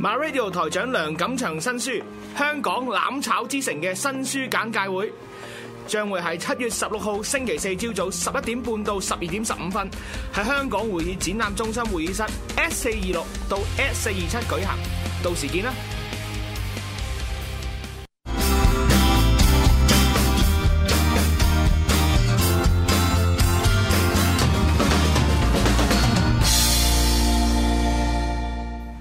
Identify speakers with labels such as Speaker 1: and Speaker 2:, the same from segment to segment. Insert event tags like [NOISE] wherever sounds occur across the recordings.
Speaker 1: MyRadio 台長梁錦祥新書《香港攬炒之城》嘅新書簡介會，將會喺七月十六號星期四朝早十一點半到十二點十五分，喺香港會議展覽中心會議室 S 四二六到 S 四二七舉行，到時見啦！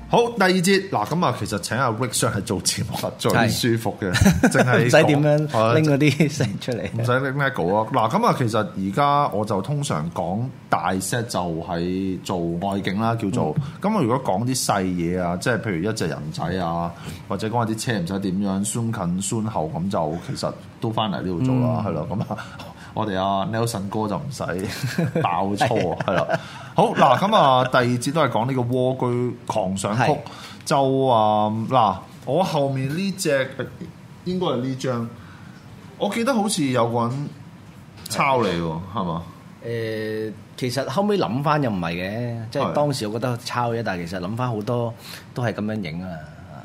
Speaker 2: 好，第二節嗱，咁啊，其實請阿 Rick Sir 係做節目係最舒服嘅，淨係
Speaker 3: [LAUGHS] 唔使點樣
Speaker 2: 講係啊
Speaker 3: 拎嗰啲聲出嚟。
Speaker 2: 唔使拎 l e g 啊！嗱，咁啊，其實而家我就通常講大 set 就喺做外景啦，叫做
Speaker 3: 嗯
Speaker 2: 咁。啊我如果講啲細嘢啊，即係譬如一隻人仔啊，或者講下啲車唔使點樣酸近酸後，咁就其實都翻嚟呢度做
Speaker 3: 嗯
Speaker 2: 啦，係咯、咁啊，我哋阿 Nelson 哥就唔
Speaker 3: [LAUGHS]
Speaker 2: 使爆粗啊，係啦。好嗱，咁啊，第二節都係講呢個蝸居狂想曲
Speaker 3: 係，
Speaker 2: 就啊嗱，我後面呢只應該係呢張。我記得好似有個人抄你喎，係嘛？
Speaker 3: 誒、其實後尾諗翻又唔係嘅，即
Speaker 2: 係
Speaker 3: 係當時我覺得抄嘅，但係其實諗翻好多都係咁樣影啊。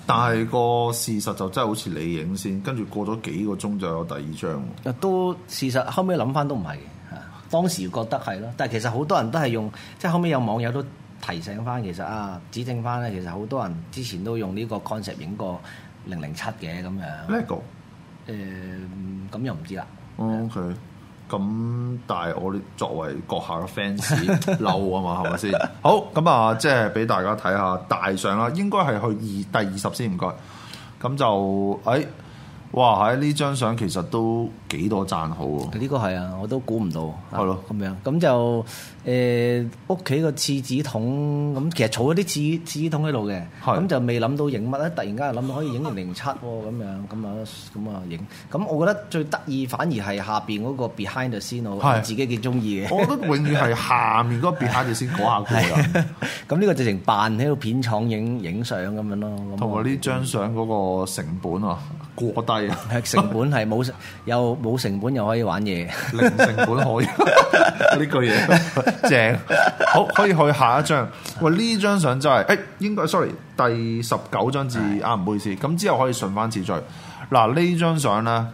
Speaker 2: 但係個事實就真係好似你影先，跟住過咗幾個鐘就有第二張喎。
Speaker 3: 都事實後尾諗翻都唔係嘅嚇，當時覺得係咯，但係其實好多人都係用，即係後尾有網友都提醒翻，其實啊指正翻咧，其實好多人之前都用呢個 concept 影過零零七嘅咁樣，誒嗯
Speaker 2: lego
Speaker 3: 咁又唔知啦。
Speaker 2: 哦 OK，咁但係我哋作為閣下嘅 fans 嬲啊嘛，係咪先？好咁啊，即係俾大家睇下大相啦，應該係去二第二十先，唔該。咁就誒、哎哇！喺呢張相其實都幾多讚好
Speaker 3: [LAUGHS]
Speaker 2: 喎。
Speaker 3: 呢個係啊，我都估唔到，
Speaker 2: 係咯
Speaker 3: 咁樣咁就誒屋企個廁紙筒咁，其實儲咗啲廁廁紙筒喺度嘅，
Speaker 2: 係
Speaker 3: 咁就未諗到影乜咧，突然間又諗到可以影零零七喎，咁樣咁啊咁啊影，咁我覺得最得意反而係下邊嗰個 behind the scene，
Speaker 2: 係
Speaker 3: 我自己幾中意嘅。
Speaker 2: 我覺得永遠係下面嗰個 b e h 先嗰下過人。
Speaker 3: [LAUGHS] 咁呢個直情扮喺度片廠影影相咁樣咯，咁
Speaker 2: 同
Speaker 3: 我
Speaker 2: 埋呢張相嗰個成本啊，過低啊，
Speaker 3: 成本係
Speaker 2: [LAUGHS]
Speaker 3: 冇又冇成本又可以玩嘢，
Speaker 2: 零成本可
Speaker 3: [LAUGHS]
Speaker 2: 以呢句嘢正，好可以去下一張。喂，呢張相真係，誒、應該 sorry 第十九張至啊，唔好意思，咁之後可以順翻次序。嗱呢張相咧，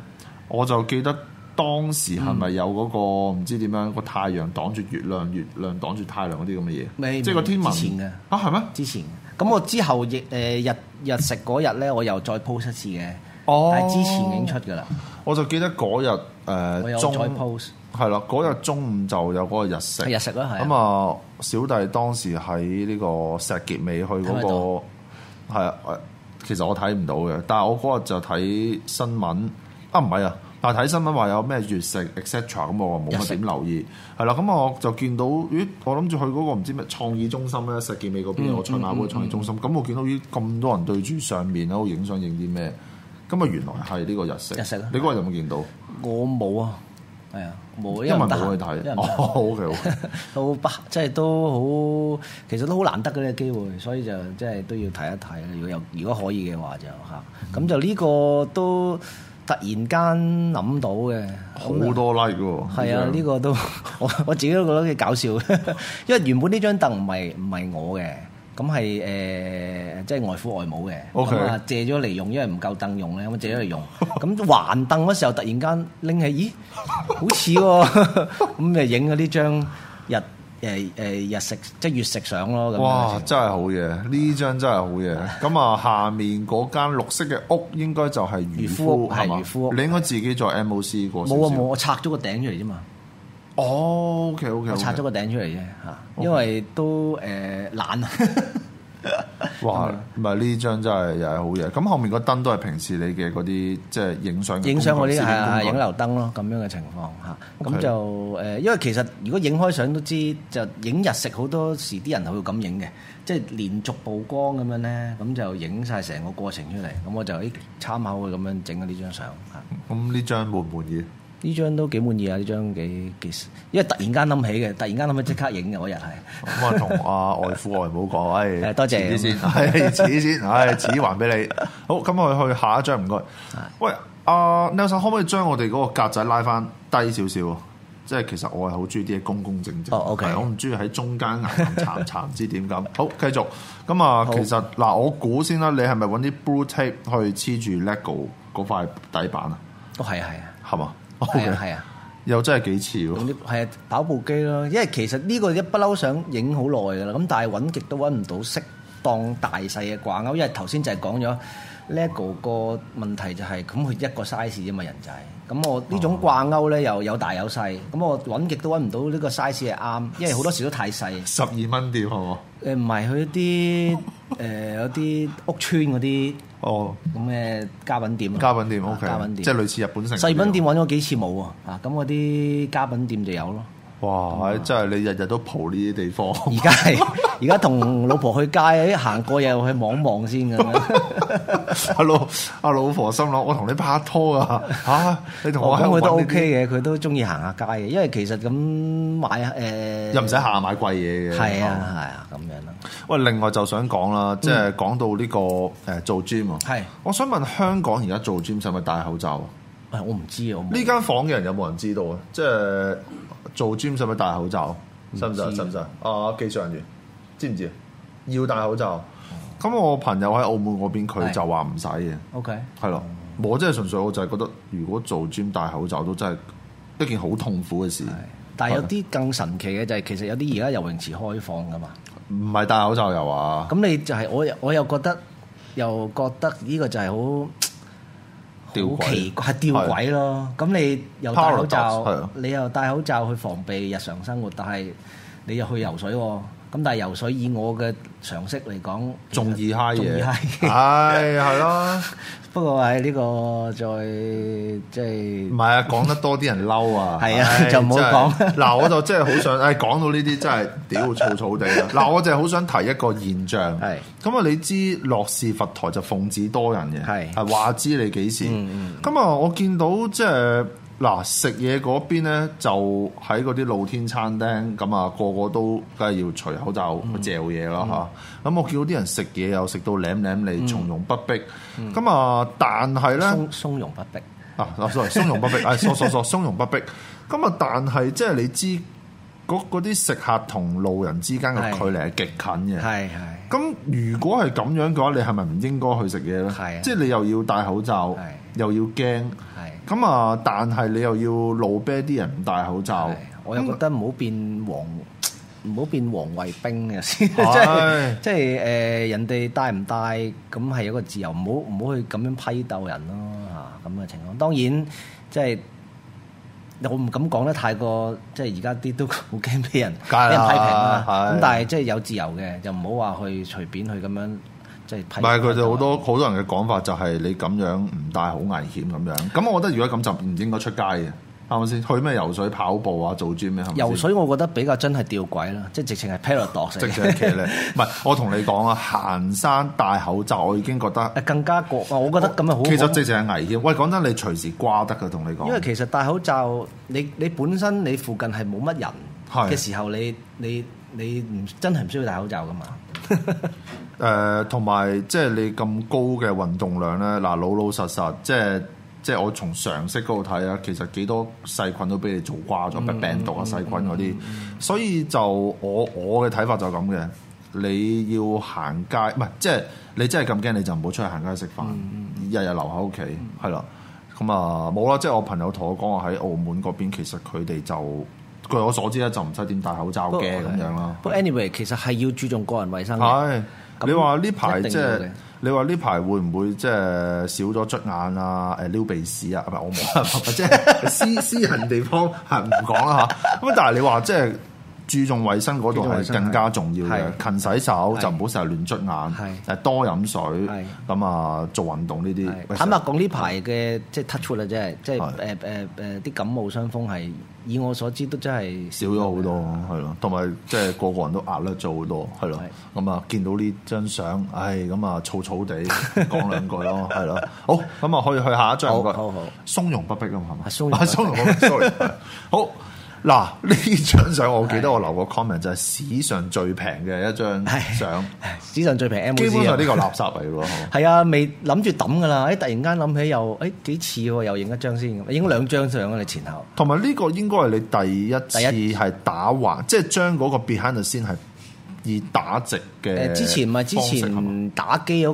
Speaker 2: 我就記得。當時係
Speaker 3: 嗯
Speaker 2: 咪有嗰個唔知點樣個太陽擋住月亮，月亮擋住太陽嗰啲咁嘅嘢？
Speaker 3: 未
Speaker 2: 即係個天文
Speaker 3: 之前嘅
Speaker 2: 啊，係咩？
Speaker 3: 之前。咁我之後亦誒、呃日日食嗰日咧，我又再 post 一次嘅。
Speaker 2: 哦
Speaker 3: 但係之前已經出㗎啦，
Speaker 2: 我就記得嗰日
Speaker 3: 我
Speaker 2: 誒
Speaker 3: 有再
Speaker 2: 中
Speaker 3: post
Speaker 2: 係啦，嗰日中午就有嗰個日食，
Speaker 3: 日食啦係啊
Speaker 2: 咁啊，小弟當時喺呢個石硤尾去嗰、
Speaker 3: 睇唔睇
Speaker 2: 個係啊，誒其實我睇唔到嘅，但係我嗰日就睇新聞啊，唔係啊。但係睇新聞話有咩月食 etc 咁，我冇
Speaker 3: 日
Speaker 2: 乜
Speaker 3: 食
Speaker 2: 點留意，係啦。咁我就見到，咦？我諗住去嗰個唔知咩創意中心咧，石硤尾嗰
Speaker 3: 嗯
Speaker 2: 邊有個賽馬會創意中心。咁我見到咦咁多人對住上面喺度影相影啲咩？咁啊，原來係呢個日食。
Speaker 3: 日食啊
Speaker 2: 你嗰日有冇見到？
Speaker 3: 我冇啊，係啊，冇，
Speaker 2: 因為
Speaker 3: 為唔得
Speaker 2: 冇
Speaker 3: 閒
Speaker 2: 去睇
Speaker 3: 因為。唔
Speaker 2: 哦
Speaker 3: 得閒啊
Speaker 2: ，OK，好。
Speaker 3: [LAUGHS] 都不即係都好，其實都好難得嘅呢個機會，所以就即係都要睇一睇啦。如果有如果可以嘅話就嚇，咁就呢個都突然間諗到嘅，咁啊
Speaker 2: 好多 like 喎。
Speaker 3: 係啊，
Speaker 2: 張
Speaker 3: 呢、個都 [LAUGHS] 我我自己都覺得幾搞笑， [LAUGHS] 因為原本呢張凳唔係唔係我嘅，咁係誒即係外父外母嘅，咁
Speaker 2: OK
Speaker 3: 啊借咗嚟用，因為唔夠凳用咧，咁啊借咗嚟用，咁還凳嗰時候突然間拎起，咦，好似喎， [LAUGHS] 咁就影咗呢張日誒誒日食即係月食相咯，咁
Speaker 2: 哇，
Speaker 3: 樣
Speaker 2: 真係好嘢！呢張真係好嘢。咁啊，下面嗰間綠色嘅屋應該就係漁
Speaker 3: 漁夫
Speaker 2: 夫
Speaker 3: 屋
Speaker 2: 係嘛
Speaker 3: 係漁夫屋
Speaker 2: 你應該自己做 MOC 過少
Speaker 3: 冇啊
Speaker 2: 少
Speaker 3: 冇，。我拆咗個頂出嚟啫嘛。
Speaker 2: 哦，OK OK，
Speaker 3: 我拆咗個頂出嚟啫嚇，因為都誒、懶啊，
Speaker 2: 哇！唔係呢張真係又係好嘢。咁後面個燈都係平時你嘅嗰啲即係影相嘅
Speaker 3: 啊影相嗰啲
Speaker 2: 工具
Speaker 3: 係
Speaker 2: 攝
Speaker 3: 啊
Speaker 2: 影工具
Speaker 3: 影樓燈咯，咁樣嘅情況嚇，
Speaker 2: OK
Speaker 3: 咁就誒、因為其實如果影開相都知，就影日食好多時啲人係會咁影嘅，即係連續曝光咁樣咧，咁就影晒成個過程出嚟，咁我就誒參考佢咁樣整咗呢張相嚇，
Speaker 2: 咁呢張滿唔滿意？
Speaker 3: 呢張都幾滿意啊，呢張幾幾，因為突然間諗起嘅，突然間諗起即刻影嘅嗰
Speaker 2: [LAUGHS]
Speaker 3: 日係，
Speaker 2: 咁啊，同阿外父外母講，唉，
Speaker 3: 誒 [LAUGHS] 多謝
Speaker 2: 遲啲先， [LAUGHS] 係遲啲先，唉，遲啲還俾你。好，咁我去下一張，唔該。喂，阿 Nelson 可唔可以將我哋嗰個格仔拉翻低少少啊？即係其實我係好中意啲嘢公公正正，
Speaker 3: 哦，OK
Speaker 2: 係我唔中意喺中間硬硬
Speaker 3: [LAUGHS]
Speaker 2: 殘殘，唔知點咁。好，繼續咁啊，其實嗱，我估先啦，你係咪揾啲 blue tape 去黐住 lego 嗰塊底板啊？
Speaker 3: 都係啊係啊，
Speaker 2: 係嘛？
Speaker 3: 係啊
Speaker 2: OK
Speaker 3: 係啊。
Speaker 2: 又真係幾似喎
Speaker 3: 用。啲係啊跑步機咯，因為其實呢個一不嬲想影好耐㗎啦，咁但係揾極都揾唔到適當大細嘅掛鈎，因為頭先就係講咗 LEGO 個問題就係咁佢一個 size 啫嘛人仔，咁我呢
Speaker 2: 哦
Speaker 3: 種掛鈎咧又有大有細，咁我揾極都揾唔到呢個 size 係啱，因為好多時都太細。
Speaker 2: 十二蚊店係嘛？
Speaker 3: 誒唔係佢啲誒有啲屋村嗰啲
Speaker 2: 哦，
Speaker 3: 咁嘅家品店咯，
Speaker 2: 家品店
Speaker 3: 啊
Speaker 2: OK，
Speaker 3: 家品店
Speaker 2: 即係類似日本城
Speaker 3: 細品店揾咗幾次冇喎，啊咁嗰啲家品店就有咯。
Speaker 2: 哇！真係你日日都蒲呢啲地方，
Speaker 3: [LAUGHS] 而家係 [LAUGHS] 而家同老婆去街，一行過又去望一望先咁樣。
Speaker 2: 阿老阿老婆心諗：我同你拍拖啊嚇，你 [LAUGHS] 同
Speaker 3: 我
Speaker 2: 我喺度
Speaker 3: 咁佢都
Speaker 2: 揾呢啲
Speaker 3: OK 嘅，佢都中意行下街嘅，因為其實咁買誒
Speaker 2: 又唔使哦下買貴嘢嘅。
Speaker 3: 係啊嗯係啊咁樣啦。
Speaker 2: 喂，另外就想講啦，即係講到呢個誒做 gym 啊，
Speaker 3: 係
Speaker 2: 我想問香港而家做 gym 使唔使戴口罩啊？
Speaker 3: 喂，我唔知啊，我冇
Speaker 2: 呢間房嘅人有冇人知道啊？即係做 gym 使唔使戴口罩？使唔使啊？
Speaker 3: 唔知
Speaker 2: 使唔使啊？啊，技術人員知唔知啊？要戴口罩。咁我朋友喺澳門嗰邊，佢
Speaker 3: 係
Speaker 2: 就話唔使嘅，
Speaker 3: OK
Speaker 2: 係咯。我真係純粹我就係覺得，如果做 gym 戴口罩都真係一件好痛苦嘅事，
Speaker 3: 係。但係有啲更神奇嘅就係，其實有啲而家游泳池開放噶嘛，
Speaker 2: 唔係戴口罩又話。
Speaker 3: 咁你就係我又我又覺得又覺得呢個就係好
Speaker 2: 吊詭
Speaker 3: 好奇怪吊詭咯。咁你又戴
Speaker 2: Paradox，係
Speaker 3: 口
Speaker 2: 啊
Speaker 3: 罩，你又戴口罩去防備日常生活，但係你又去游水喎。咁但係游水以我嘅常識嚟講，
Speaker 2: 仲易嗨
Speaker 3: 嗨
Speaker 2: 嘢， [LAUGHS]
Speaker 3: 易嗨嘢。
Speaker 2: 係係啦，
Speaker 3: 不過喺呢個再即
Speaker 2: 唔
Speaker 3: 係
Speaker 2: 係啊，講得多啲人嬲啊，
Speaker 3: 係啊
Speaker 2: 唉
Speaker 3: [LAUGHS] 就唔好
Speaker 2: 真係
Speaker 3: 講
Speaker 2: 嗱，我就真係好想，唉，講到呢啲真係屌草草地
Speaker 3: [LAUGHS]
Speaker 2: 啦。嗱，我就係好想提一個現象，
Speaker 3: 係
Speaker 2: 咁啊，你知樂視佛台就奉旨多人嘅，
Speaker 3: 係嗯
Speaker 2: 係話知你幾時，咁啊，我見到即係。嗱，食嘢嗰邊咧就喺嗰啲露天餐廳，咁啊個個都梗係要除口罩
Speaker 3: 嗯
Speaker 2: 嚼嘢啦嚇。咁我見到啲人食嘢又食到舐舐脷，從容不迫。咁啊，但係咧，
Speaker 3: 嗯鬆鬆容不迫。
Speaker 2: 啊啊，sorry，松容不迫，誒，嗦嗦嗦，松容不迫。咁啊，但係即係你知嗰嗰啲食客同路人之間嘅
Speaker 3: 係
Speaker 2: 距離係極近嘅。
Speaker 3: 係係。
Speaker 2: 咁如果係咁樣嘅話，你係咪唔應該去食嘢咧？
Speaker 3: 係啊
Speaker 2: 即係你又要戴口罩
Speaker 3: 係，
Speaker 2: 又要驚。
Speaker 3: 係
Speaker 2: 咁啊，但係你又要路啤啲人唔戴口罩
Speaker 3: 係。啊我又覺得唔好變黃，唔好變黃衛兵嘅先， [LAUGHS] 即
Speaker 2: 係
Speaker 3: 係即係誒、人哋帶唔帶咁係一個自由，唔好唔好去咁樣批鬥人咯嚇咁嘅情況。當然即係。我唔敢講得太過，即係而家啲都 [LAUGHS] 好驚俾人俾
Speaker 2: 梗係啦
Speaker 3: 人批評啊！
Speaker 2: 係
Speaker 3: 咁但係即係有自由嘅，就唔好話去隨便去咁樣即係批。
Speaker 2: 唔係佢哋好多好多人嘅講法就係你咁樣唔戴好危險咁樣。咁我覺得如果咁就唔應該出街嘅，啱唔啱先？去咩游水、跑步啊、做 gym 咩？係咪先
Speaker 3: 游水，我覺得比較真係吊詭啦，即係直情係啊 paradox
Speaker 2: 直
Speaker 3: 嚟
Speaker 2: 情
Speaker 3: 嘅
Speaker 2: 係騎呢？唔係，我同你講啊，行山戴口罩，我已經覺得
Speaker 3: 誒更加過，我覺得咁樣好。
Speaker 2: 其實直情係危險。喂，講真，你隨時瓜得嘅，同你講。
Speaker 3: 因為其實戴口罩，你你本身你附近係冇乜人
Speaker 2: 係
Speaker 3: 嘅時候，你你你唔真係唔需要戴口罩噶嘛？
Speaker 2: 誒，呃同埋即係你咁高嘅運動量咧，嗱老老實實，即係即係我從常識嗰度睇啊，其實幾多細菌都俾你做瓜咗，
Speaker 3: 嗯
Speaker 2: 病毒啊、細菌嗰啲，所以就我我嘅睇法就係咁嘅，你要行街，唔係即係你真係咁驚，你就唔好出去行街食飯，
Speaker 3: 嗯
Speaker 2: 日日留喺屋企，係啦，咁啊冇啦，即係我朋友同我講啊話喺澳門嗰邊，其實佢哋就據我所知咧，就唔使點戴口罩
Speaker 3: 不過
Speaker 2: 嘅咁樣啦。
Speaker 3: 不過 anyway，其實係要注重個人衞生嘅。
Speaker 2: 哦係，
Speaker 3: 咁
Speaker 2: 你話呢排
Speaker 3: 一定
Speaker 2: 即
Speaker 3: 要
Speaker 2: 係
Speaker 3: 嘅
Speaker 2: 你話呢排會唔會即係少咗捽眼啊？誒撩鼻屎啊？唔係我
Speaker 3: [LAUGHS]
Speaker 2: 冇，即係私私人地方係唔講啦嚇。咁但係你話即係。注重衞生嗰度
Speaker 3: 注重衞
Speaker 2: 係
Speaker 3: 生
Speaker 2: 更加重要嘅，
Speaker 3: 係
Speaker 2: 勤洗手
Speaker 3: 係
Speaker 2: 就唔好成日亂捽眼，誒
Speaker 3: 係
Speaker 2: 多飲水，
Speaker 3: 係
Speaker 2: 咁啊做運動呢
Speaker 3: 係
Speaker 2: 啲。
Speaker 3: 坦白講，呢排嘅即係 touch wood 啦，即係即係
Speaker 2: 係
Speaker 3: 誒誒誒啲感冒傷風係，以我所知都真係
Speaker 2: 少咗好多，係咯，同埋即係個個人都壓力咗好多，係咯。咁啊，見到呢張相，唉，咁啊，草草地講兩句咯，係咯。好，咁啊，可以去下一張。
Speaker 3: 好
Speaker 2: 唔該
Speaker 3: 好好
Speaker 2: 松容不迫啊嘛，係嘛？
Speaker 3: 啊松容
Speaker 2: 啊
Speaker 3: 不
Speaker 2: 松容不
Speaker 3: 迫
Speaker 2: 迫，sorry。係好，嗱，呢張相我記得我留個 comment 就係史上最平嘅一張
Speaker 3: 係
Speaker 2: 相，
Speaker 3: [LAUGHS]
Speaker 2: 哦
Speaker 3: 史上最平 M 啊
Speaker 2: 基本上呢個垃圾嚟嘅喎。
Speaker 3: 係啊，未諗住抌噶啦，誒哎突然間諗起又誒幾似喎，又影一張先，影兩張相啊！你前後
Speaker 2: 同埋呢個應該係你第
Speaker 3: 第
Speaker 2: 一次係打橫，即係將嗰個 behind the scene 係以打直嘅方式。
Speaker 3: 誒之前咪之
Speaker 2: 係嘛
Speaker 3: 前打機嗰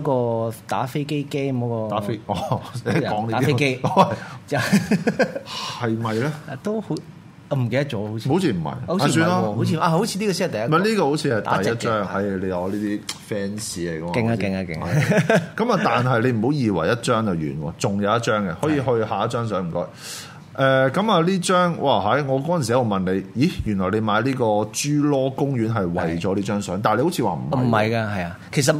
Speaker 3: 個打飛機 game 嗰個
Speaker 2: 打
Speaker 3: [LAUGHS]
Speaker 2: 飛，哦，你講呢啲
Speaker 3: 打飛機
Speaker 2: [LAUGHS] 哦
Speaker 3: 就
Speaker 2: 係咪咧？
Speaker 3: 啊都好，我唔記得咗好似，
Speaker 2: 好似唔係，
Speaker 3: 好
Speaker 2: 啊
Speaker 3: 似唔係
Speaker 2: 算啦，
Speaker 3: 喎，好似啊好似呢個先係第
Speaker 2: 唔
Speaker 3: 一個，
Speaker 2: 係呢個好似係第一張，
Speaker 3: 打
Speaker 2: 係你我呢啲 fans 嚟嘅喎。
Speaker 3: 勁啊勁啊勁啊！
Speaker 2: [LAUGHS] 咁啊，但係你唔好以為一張就完喎，仲有一張嘅，可以去下一張相唔該。誒咁啊！呢張哇喺我嗰陣時喺度問你，咦原來你買呢個侏羅公園係為咗呢張相，但係你好似話唔係喎
Speaker 3: 唔係㗎，係啊。其實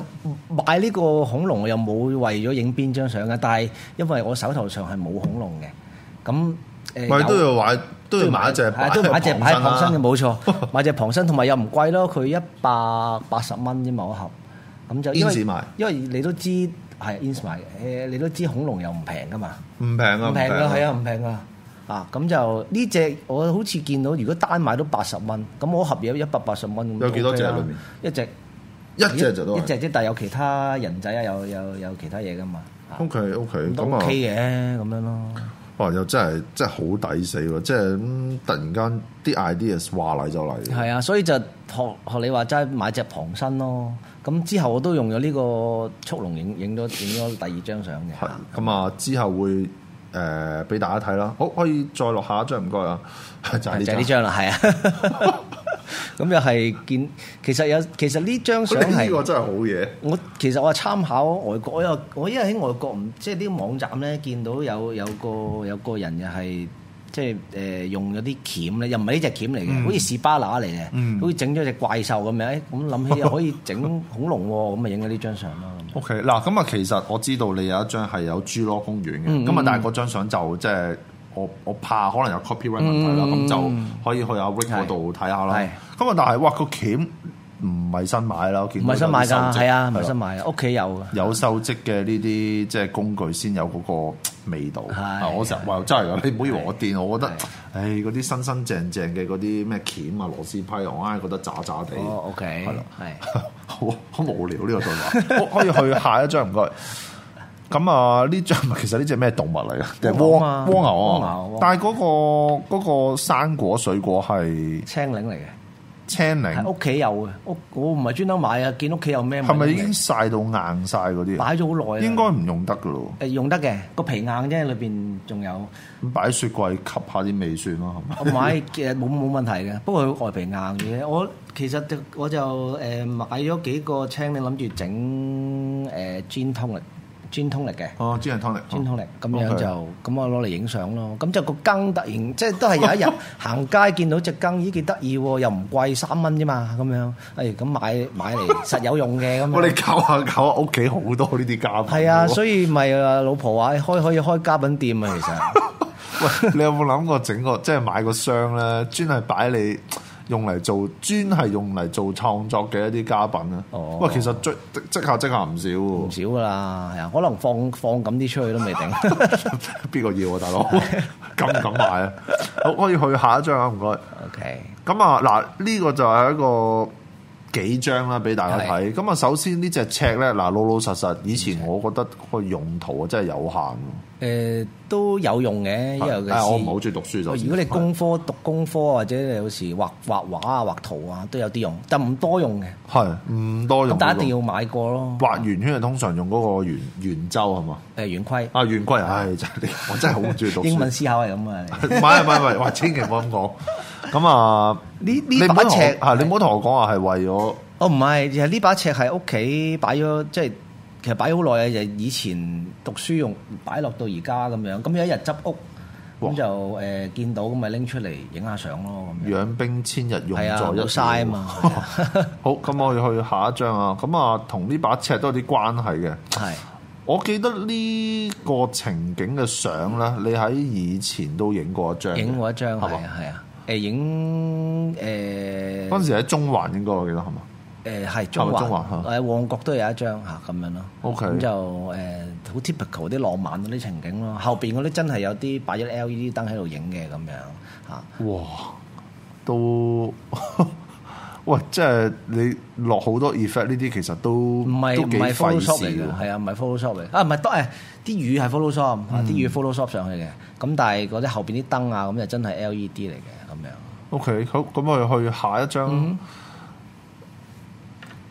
Speaker 3: 買呢個恐龍，我又冇為咗影邊張相㗎，啊但係因為我手頭上係冇恐龍嘅，咁誒
Speaker 2: 咪
Speaker 3: 有
Speaker 2: 都要買都要買一隻，
Speaker 3: 係都要買隻買旁身嘅，
Speaker 2: 嘅。
Speaker 3: 冇
Speaker 2: [LAUGHS]
Speaker 3: 錯，買隻旁身，同埋又唔貴咯，佢一百八十蚊啫嘛一盒，咁就因
Speaker 2: Ins
Speaker 3: 為
Speaker 2: 買
Speaker 3: 因為你都知係 ins 買嘅，誒你都知恐龍又唔平㗎嘛，
Speaker 2: 唔平啊！
Speaker 3: 唔平㗎，係啊，唔平㗎。啊，咁就呢只我好似見到，如果單買都八十蚊，咁我盒嘢一百八十蚊咁。
Speaker 2: 有幾多隻
Speaker 3: 啊？
Speaker 2: 裏面
Speaker 3: 一隻
Speaker 2: 一隻就啊都
Speaker 3: 一
Speaker 2: 係
Speaker 3: 隻啫，但係有其他人仔啊，有有有其他嘢噶嘛。啊
Speaker 2: OK OK，
Speaker 3: 咁都
Speaker 2: 咁啊
Speaker 3: OK 嘅咁樣咯。
Speaker 2: 哇！又真係真係好抵死喎！即係咁突然間啲 ideas 話嚟就嚟，
Speaker 3: 係啊，所以就學學你話齋買隻旁身咯。咁之後我都用咗呢個速龍影影咗影咗第二張相嘅
Speaker 2: 係。咁啊！之後會誒俾、大家睇啦。好，可以再落下一張唔該啊， [LAUGHS] 就係
Speaker 3: 就係
Speaker 2: 呢
Speaker 3: 呢
Speaker 2: 張。
Speaker 3: 張啦，
Speaker 2: [LAUGHS]
Speaker 3: 係啊。咁又係見，其實有其實呢張相
Speaker 2: [LAUGHS] 呢
Speaker 3: 係。
Speaker 2: 個真係好嘢，
Speaker 3: 我其實我係參考外國，我有我因為喺外國唔即係呢個網站咧，見到有有個有個人又係即係誒、呃用咗啲鉗咧，又唔係呢隻鉗嚟嘅，
Speaker 2: 嗯
Speaker 3: 好似士巴拿嚟嘅，好似整咗隻怪獸咁樣，誒咁
Speaker 2: [LAUGHS]
Speaker 3: 諗起又可以整恐龍喎，咁咪影咗呢張相咯。
Speaker 2: OK，嗱咁啊，其實我知道你有一張係有侏羅公園嘅，
Speaker 3: 嗯
Speaker 2: 咁啊、但係嗰張相就即係我我怕可能有 copyright 問題啦，咁、
Speaker 3: 嗯
Speaker 2: 就可以去阿 Rick 嗰度睇下啦。
Speaker 3: 係
Speaker 2: 咁啊，但係哇個鉗唔係新買啦，我見
Speaker 3: 唔
Speaker 2: 到
Speaker 3: 係新買
Speaker 2: 有啲
Speaker 3: 㗎，
Speaker 2: 收積
Speaker 3: 係啊，唔
Speaker 2: 啦
Speaker 3: 係新買嘅，屋企有㗎。
Speaker 2: 有收積嘅呢啲即係工具先有嗰個味道。
Speaker 3: 係
Speaker 2: 啊我成日話真係㗎，你唔好以為我癲，我覺得
Speaker 3: 係，
Speaker 2: 唉，嗰啲新新淨淨嘅嗰啲咩鉗啊、螺絲批，我硬係覺得渣渣地。
Speaker 3: 哦，OK，
Speaker 2: 係啦，
Speaker 3: 係。
Speaker 2: [LAUGHS] 好啊好無聊呢個對話。好可以去下一張唔該。咁啊，呢張其實呢只咩動物嚟嘅？
Speaker 3: [LAUGHS]
Speaker 2: 定係
Speaker 3: 蝸牛
Speaker 2: 蝸
Speaker 3: 啊
Speaker 2: 蝸牛
Speaker 3: 蝸
Speaker 2: 啊
Speaker 3: 牛蝸牛！
Speaker 2: 但係嗰個嗰個生果水果係
Speaker 3: 青檸嚟
Speaker 2: [LAUGHS]
Speaker 3: 嘅，
Speaker 2: 青
Speaker 3: 係
Speaker 2: 檸，
Speaker 3: 屋企有嘅。屋我唔係專登買啊，見屋企有咩
Speaker 2: 係咪已
Speaker 3: 影
Speaker 2: 經曬到硬晒嗰啲啊？
Speaker 3: 擺咗好耐啊？
Speaker 2: 應該唔用得㗎咯。
Speaker 3: 誒用得嘅，個皮硬啫，裏邊仲有。
Speaker 2: 咁擺雪櫃吸下啲味算咯，係嘛？
Speaker 3: 我買嘅冇冇問題嘅，不過佢外皮硬嘅。我其實就我就誒、呃、買咗幾個青，你諗住整誒煎通力，煎通力嘅。
Speaker 2: [LAUGHS] 哦，煎人湯力，
Speaker 3: 煎通力咁樣
Speaker 2: OK
Speaker 3: 就咁我攞嚟影相咯，咁就個羹突然即係都係有一日行街見到只羹，咦幾得意喎，又唔貴三蚊啫嘛咁樣，誒咁買買嚟實有用嘅咁
Speaker 2: 我哋
Speaker 3: 樣。
Speaker 2: 搞下搞下，屋企好多呢啲家品。
Speaker 3: 係啊，所以咪啊老婆話開可以開家品店啊，其實
Speaker 2: [LAUGHS] 喂，你有冇諗過整個即係買個箱咧，專係擺你用嚟做，專係用嚟做創作嘅一啲家品啊？
Speaker 3: 哦
Speaker 2: 喂，其實最即即下即下唔少
Speaker 3: 唔
Speaker 2: 喎，
Speaker 3: [LAUGHS] 少噶啦，係啊，可能放放咁啲出去都未定。
Speaker 2: 邊個要啊，大佬？ [LAUGHS] 敢唔敢買啊？好，可以去下一張啊，唔該。
Speaker 3: [LAUGHS] OK。
Speaker 2: 咁啊，嗱，呢個就係一個幾張啦，俾大家睇。咁啊，首先呢只尺咧，嗱，老老實實，以前我覺得個用途啊真係有限喎。
Speaker 3: 誒、呃都有用嘅，因為尤其
Speaker 2: 但係哎
Speaker 3: 是
Speaker 2: 我唔係好中意讀書就。
Speaker 3: 如果你工科讀工科或者你有時畫畫畫啊、畫圖啊，都有啲用，但唔多用嘅。
Speaker 2: 係唔多
Speaker 3: 咁
Speaker 2: 用，
Speaker 3: 但一定要買過咯。
Speaker 2: 畫圓圈，係通常用嗰個圓圓周係嘛？
Speaker 3: 誒圓規，
Speaker 2: 啊，圓規，唉，真係我真係好唔中意讀書。
Speaker 3: 英文思考係咁啊。
Speaker 2: 唔係唔係唔係，哇！千祈唔好咁講。咁啊，
Speaker 3: 呢
Speaker 2: 你
Speaker 3: 呢
Speaker 2: 唔
Speaker 3: 把
Speaker 2: 好同
Speaker 3: 尺
Speaker 2: 我啊，你唔好同我講話係為咗
Speaker 3: 哦，唔係，其實呢把尺係屋企擺咗，即係其實擺好耐嘅，就係以前讀書用擺落到而家咁樣。咁有一日執屋，
Speaker 2: 哇
Speaker 3: 咁就誒、見到咁咪拎出嚟影下相咯咁樣。
Speaker 2: 養兵千日用
Speaker 3: 係啊，
Speaker 2: 在一
Speaker 3: 冇
Speaker 2: 日
Speaker 3: 嘥啊嘛。係
Speaker 2: [LAUGHS]
Speaker 3: 啊
Speaker 2: 好，咁我哋去下一張啊。咁啊，同呢把尺都有啲關係嘅。
Speaker 3: 係。
Speaker 2: 我記得呢個情景嘅相咧，你喺以前都影過一張嘅，
Speaker 3: 影過一張
Speaker 2: 係
Speaker 3: 係
Speaker 2: 嘛？
Speaker 3: 啊係啊，誒影誒
Speaker 2: 嗰陣時喺中環應該我記得係嘛？
Speaker 3: 誒係中
Speaker 2: 中環
Speaker 3: 環
Speaker 2: 嚇
Speaker 3: 誒旺角都有一張嚇咁樣咯。
Speaker 2: OK
Speaker 3: 咁就誒好 typical 啲浪漫嗰啲 E 情景咯，後邊嗰啲真係有啲擺咗 LED 燈喺度影嘅咁樣嚇。
Speaker 2: 哇！都 [LAUGHS] 喂，即係你落好多 effect 呢啲，其實都
Speaker 3: 唔係
Speaker 2: 都
Speaker 3: 唔
Speaker 2: 幾
Speaker 3: 係
Speaker 2: 費
Speaker 3: Photoshop
Speaker 2: 事
Speaker 3: 嚟
Speaker 2: 㗎
Speaker 3: 嘅，係啊，唔係 Photoshop 嚟，啊唔係當誒啲魚係 Photoshop，啊
Speaker 2: 嗯
Speaker 3: 啲魚 Photoshop 上去嘅，咁但係嗰啲後邊啲燈啊，咁就真係 LED 嚟嘅咁樣。
Speaker 2: O K，好，咁我哋去下一張。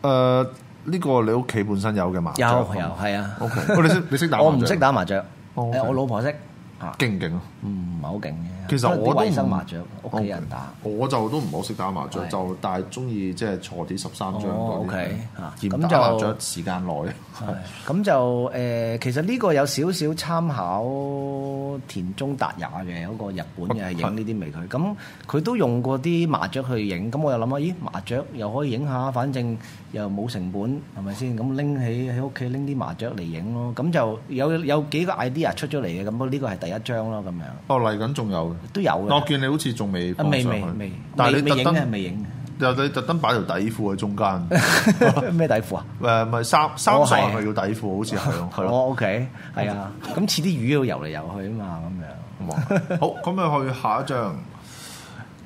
Speaker 2: 誒、
Speaker 3: 嗯
Speaker 2: 呢、個你屋企本身有嘅麻雀
Speaker 3: 有
Speaker 2: 係
Speaker 3: 有
Speaker 2: 嘛
Speaker 3: 係啊
Speaker 2: O K，喂你識你識打麻雀？
Speaker 3: 我唔識打麻雀，
Speaker 2: 哦
Speaker 3: 誒
Speaker 2: OK
Speaker 3: 我老婆識嚇，
Speaker 2: 勁唔勁啊？
Speaker 3: 唔唔係好勁嘅。
Speaker 2: 其實我都
Speaker 3: 都
Speaker 2: 唔哦
Speaker 3: 係啲衞生麻雀，屋企人打。
Speaker 2: OK，我就都唔好識打麻雀，
Speaker 3: 係
Speaker 2: 就但係中意即係坐啲十三張
Speaker 3: 哦
Speaker 2: 嗰啲
Speaker 3: OK，嚇，
Speaker 2: 嫌
Speaker 3: 咁
Speaker 2: 打麻
Speaker 3: 就
Speaker 2: 雀時間耐。 [LAUGHS]
Speaker 3: 係咁就誒、呃其實呢個有少少參考田中達也嘅嗰個日本嘅影呢啲微距，
Speaker 2: 哦
Speaker 3: 咁佢都用過啲麻雀去影，咁我又諗下，啊咦麻雀又可以影下，反正又冇成本，係咪先？咁拎起喺屋企拎啲麻雀嚟影咯，咁就有有幾個 idea 出咗嚟嘅，咁不過呢個係第一張咯，咁樣
Speaker 2: 哦，嚟緊仲有嘅。
Speaker 3: 都有
Speaker 2: 我
Speaker 3: 嘅。
Speaker 2: 見你好似仲未
Speaker 3: 啊
Speaker 2: 放
Speaker 3: 未
Speaker 2: 上
Speaker 3: 未
Speaker 2: 去
Speaker 3: 未，
Speaker 2: 哦但係
Speaker 3: 未
Speaker 2: 你
Speaker 3: 未影
Speaker 2: 特
Speaker 3: 嘅，
Speaker 2: 登
Speaker 3: 未影
Speaker 2: 又你特登擺條底褲喺中
Speaker 3: [LAUGHS]
Speaker 2: 間， [LAUGHS]
Speaker 3: 嘅 [LAUGHS] 咩底褲啊？
Speaker 2: 誒咪三三
Speaker 3: 哦
Speaker 2: 傻係
Speaker 3: 係
Speaker 2: 咪叫底褲？好似係
Speaker 3: [LAUGHS]
Speaker 2: 咯，係咯。
Speaker 3: 哦，OK，係啊，咁似啲魚要游嚟游去啊嘛，咁樣。
Speaker 2: 哇好，咁咪去下一張。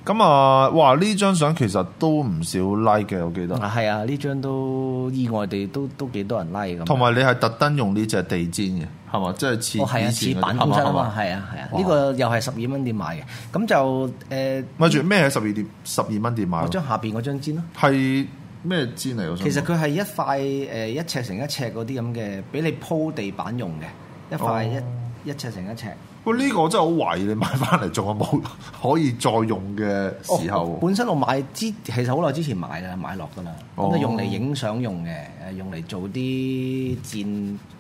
Speaker 2: 咁啊，哇！呢張相其實都唔少 like 嘅，我記得。
Speaker 3: 啊，係啊，呢張都意外地都都幾多人 like 咁。
Speaker 2: 同埋你係特登用呢只地氈嘅，係嘛？即係似
Speaker 3: 哦，係啊，
Speaker 2: 以
Speaker 3: 似
Speaker 2: 前嗰啲
Speaker 3: 辦公室啊
Speaker 2: 係
Speaker 3: 嘛，
Speaker 2: 嘛。
Speaker 3: 係啊，係啊，
Speaker 2: 哇
Speaker 3: 呢個又係十二蚊店買嘅，咁就誒，
Speaker 2: 咪住咩喺十二點十二蚊店買
Speaker 3: 我？將下邊嗰張煎咯。
Speaker 2: 係咩氈嚟？我想
Speaker 3: 其實
Speaker 2: 問
Speaker 3: 佢係一塊誒一尺乘一尺嗰啲咁嘅，俾你鋪地板用嘅，一塊
Speaker 2: 哦
Speaker 3: 一一尺乘一尺。
Speaker 2: 喂呢個我真係好懷疑你買翻嚟仲有冇 [LAUGHS] 可以再用嘅時
Speaker 3: 哦
Speaker 2: 候？
Speaker 3: 本身我買之其實好耐之前買啦，買落噶啦，咁
Speaker 2: 哦
Speaker 3: 就用嚟影相用嘅，誒用嚟做啲墊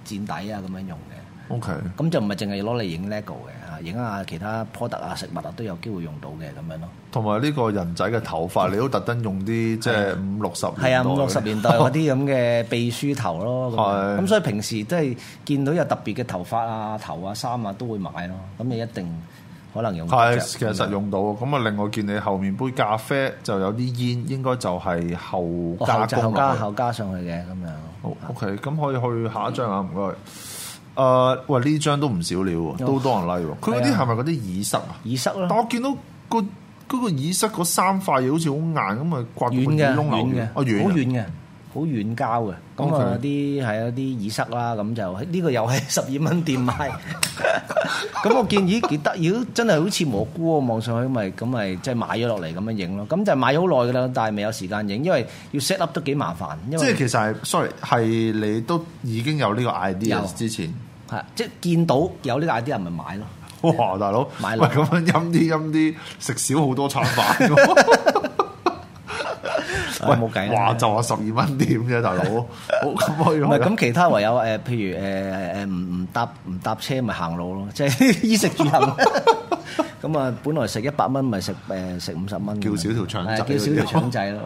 Speaker 3: 墊底啊咁樣用嘅。
Speaker 2: O K，
Speaker 3: 咁就唔係淨係攞嚟影 lego 嘅嚇，影下其他 product 啊、食物啊都有機會用到嘅咁樣咯。
Speaker 2: 同埋呢個人仔嘅頭髮，你都特登用啲即係五六十年代
Speaker 3: 哦係啊，五六十
Speaker 2: [LAUGHS]
Speaker 3: 年代嗰啲咁嘅秘書頭咯，咁樣
Speaker 2: 係
Speaker 3: 咁所以平時即係見到有特別嘅頭髮啊、頭啊、衫啊都會買咯，咁你一定可能用得
Speaker 2: 係，
Speaker 3: 着
Speaker 2: 其實實用到。咁啊，另外見你後面杯咖啡就有啲煙，應該就係後
Speaker 3: 哦
Speaker 2: 加
Speaker 3: 後加後
Speaker 2: 工啊
Speaker 3: 加
Speaker 2: 落去。
Speaker 3: 後加上去嘅咁樣。
Speaker 2: 好 OK，咁可以去下一張啊，唔該。誒、喂，呢張都唔少料喎，都多人 like 喎。佢嗰啲
Speaker 3: 哦係啊
Speaker 2: 係咪嗰啲耳塞啊？
Speaker 3: 耳塞
Speaker 2: 但
Speaker 3: 咯，
Speaker 2: 我見到個嗰個耳塞嗰三塊嘢好似好硬咁啊，刮到
Speaker 3: 軟
Speaker 2: 個
Speaker 3: 嘅，
Speaker 2: 耳窿
Speaker 3: 軟
Speaker 2: 流
Speaker 3: 嘅，
Speaker 2: 血
Speaker 3: 好
Speaker 2: 哦軟嘅
Speaker 3: 軟嘅。好軟膠嘅，咁啊
Speaker 2: OK
Speaker 3: 啲係有啲耳塞啦，咁就呢個 [LAUGHS] 又係十二蚊店買， [LAUGHS] 咁我建議幾得意，真係好似蘑菇喎，望上去咪咁咪即係買咗落嚟咁樣影咯，咁就買咗好耐噶啦，但係未有時間影，因為要 set up 都幾麻煩，因
Speaker 2: 即
Speaker 3: 為
Speaker 2: 係其實係，sorry，係你都已經有呢個 idea
Speaker 3: 有
Speaker 2: 之前。 [LAUGHS]
Speaker 3: 係即係見到有呢個 idea 咪買咯，
Speaker 2: 哇，大佬，
Speaker 3: 買
Speaker 2: 喂
Speaker 3: 落
Speaker 2: 咁樣陰啲陰啲，食少好多餐飯
Speaker 3: [LAUGHS]
Speaker 2: 喎。
Speaker 3: 唉冇計
Speaker 2: 哇！
Speaker 3: 啦。
Speaker 2: 就話十二蚊點啫，大佬。
Speaker 3: [LAUGHS]
Speaker 2: 好咁可以去
Speaker 3: 唔
Speaker 2: 啊
Speaker 3: 係
Speaker 2: 啦。
Speaker 3: 咁，其他唯有誒、呃譬如誒誒誒，唔唔搭唔搭車咪行路咯， [LAUGHS] 即係衣食住行。 [LAUGHS] 咁啊，本來食一百蚊，咪食誒食五十蚊咁
Speaker 2: 叫
Speaker 3: 樣，
Speaker 2: 少條腸仔
Speaker 3: 係叫少條腸仔
Speaker 2: [LAUGHS]
Speaker 3: 咯。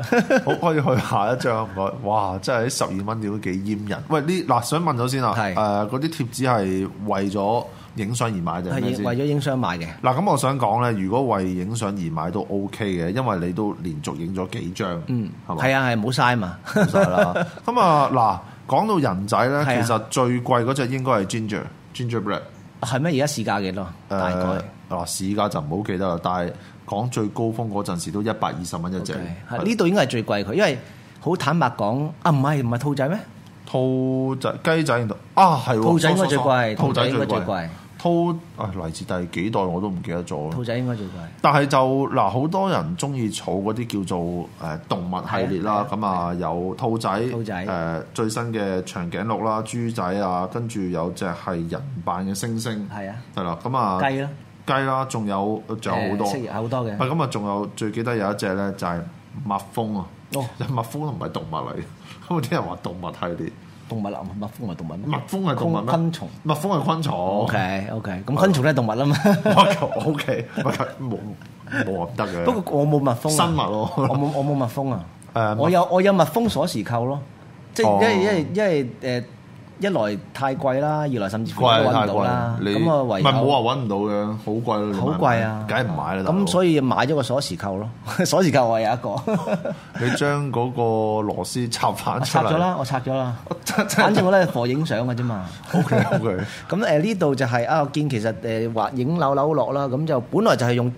Speaker 2: 好可以去下一張唔該。哇！真係十二蚊點都幾閹人。喂，呢嗱想問咗先啊，誒
Speaker 3: 係
Speaker 2: 嗰啲貼紙係為咗影相而買定係
Speaker 3: 係
Speaker 2: 咩
Speaker 3: 為
Speaker 2: 先？
Speaker 3: 咗影相買嘅，
Speaker 2: 嗱，咁我想講咧，如果為影相而買都 OK 嘅，因為你都連續影咗幾張，
Speaker 3: 嗯，
Speaker 2: 係嘛？
Speaker 3: 係啊，係冇嘥嘛。 [LAUGHS]
Speaker 2: 冇晒啦。咁啊，嗱，講到人仔咧，
Speaker 3: 係啊
Speaker 2: 其實最貴嗰只應該係 ginger gingerbread。
Speaker 3: 係咩？而家市價幾多？大
Speaker 2: 誒
Speaker 3: 概。
Speaker 2: 呃嗱，市價就唔好記得啦，但係講最高峰嗰陣時都一百二十蚊一隻
Speaker 3: OK，
Speaker 2: 係
Speaker 3: 係呢度應該係最貴佢，因為好坦白講，啊唔係唔係兔仔咩？
Speaker 2: 兔仔、雞仔度啊，係喎
Speaker 3: 兔仔應該最
Speaker 2: sorry, sorry,
Speaker 3: 貴，
Speaker 2: 兔
Speaker 3: 兔仔
Speaker 2: 仔
Speaker 3: 應
Speaker 2: 最
Speaker 3: 該最
Speaker 2: 貴，
Speaker 3: 貴，
Speaker 2: 兔啊嚟自第幾代我都唔記得咗啦
Speaker 3: 兔。仔應該最貴。
Speaker 2: 但係就嗱，好多人中意儲嗰啲叫做誒、呃、動物系列啦，咁啊有兔仔，
Speaker 3: 兔仔
Speaker 2: 誒、最新嘅長頸鹿啦、豬仔啊，跟住有隻係人扮嘅猩猩，
Speaker 3: 係啊，
Speaker 2: 係啦，咁啊
Speaker 3: 雞啦，
Speaker 2: 雞啦，仲有仲有好多
Speaker 3: 誒。蜥蜴好多嘅。
Speaker 2: 啊，咁啊，仲有最記得有一隻咧，就係蜜蜂啊。 [LAUGHS]
Speaker 3: 哦，
Speaker 2: 蜜蜂都唔係動物嚟，嘅，咁啲人話動物系列，
Speaker 3: 動物啦，蜜蜂係動物咩。
Speaker 2: 蜜蜂係動物咩？
Speaker 3: 昆蟲。
Speaker 2: 蜜蜂係昆蟲。[LAUGHS]
Speaker 3: O K O K，咁昆蟲都係動物啦嘛。
Speaker 2: O K，冇冇話唔得嘅。
Speaker 3: [LAUGHS] 不過我冇蜜蜂啊，
Speaker 2: 生物咯
Speaker 3: 我冇我冇蜜
Speaker 2: [LAUGHS]
Speaker 3: 蜂啊
Speaker 2: 誒。
Speaker 3: 我有我有蜜蜂鎖匙扣咯，即係
Speaker 2: 哦
Speaker 3: 因為因為因為誒一來太貴啦，二來甚至乎都
Speaker 2: 貴
Speaker 3: 揾
Speaker 2: 太
Speaker 3: 唔到啦。
Speaker 2: 貴，你
Speaker 3: 咁啊
Speaker 2: 唔
Speaker 3: 唯
Speaker 2: 係
Speaker 3: 有
Speaker 2: 冇話揾唔到嘅，好貴咯。你買
Speaker 3: 好
Speaker 2: 唔買
Speaker 3: 貴啊，
Speaker 2: 梗係唔買啦。
Speaker 3: 咁所
Speaker 2: 以
Speaker 3: 以買咗個鎖匙扣咯，鎖匙扣我有一個
Speaker 2: 你將嗰個螺絲插翻出
Speaker 3: 拆咗
Speaker 2: 嚟。
Speaker 3: [LAUGHS]
Speaker 2: [LAUGHS]
Speaker 3: 啦，我拆咗啦。
Speaker 2: 真真
Speaker 3: 反正我都係貨影相嘅啫嘛。
Speaker 2: O K O K，
Speaker 3: 咁誒呢度就係、啊，我見其實誒畫影扭扭落啦，咁就本來就係用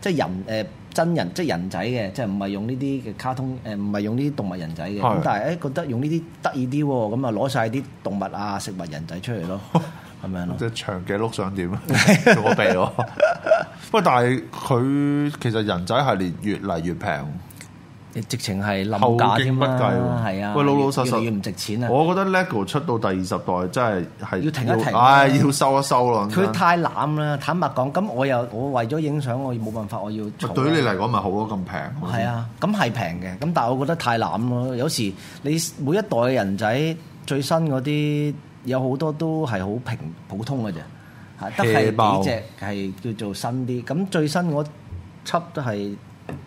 Speaker 3: 即係人誒真人即係人仔嘅，即係唔係用呢啲嘅卡通誒，唔係用呢啲動物人仔嘅。
Speaker 2: 係
Speaker 3: 咁但係誒覺得用呢啲得意啲喎，咁啊攞晒啲動物啊食物人仔
Speaker 2: [LAUGHS]
Speaker 3: 出嚟咯，咁樣咯。
Speaker 2: 即係長頸鹿
Speaker 3: [LAUGHS]
Speaker 2: 想點啊？我鼻喎。喂，但係佢其實人仔系列越嚟越平，
Speaker 3: 你直情係冧價添啦，
Speaker 2: 後勁不計喎
Speaker 3: 係啊，
Speaker 2: 喂老老實實
Speaker 3: 越嚟越唔值錢啊！
Speaker 2: 我覺得 LEGO 出到第二十代真係係
Speaker 3: 要停一停啊
Speaker 2: 唉，要收一收啦。
Speaker 3: 佢太濫啦，坦白講，咁我又我為咗影相，我冇辦法，我要儲啊
Speaker 2: 對於你嚟講咪好咯，咁平。
Speaker 3: 係，啊，咁係平嘅，咁但係我覺得太濫咯。有時你每一代嘅人仔最新嗰啲有好多都係好平普通嘅啫，嚇得
Speaker 2: Hea 爆
Speaker 3: 係幾隻係叫做新啲。咁最新嗰輯都係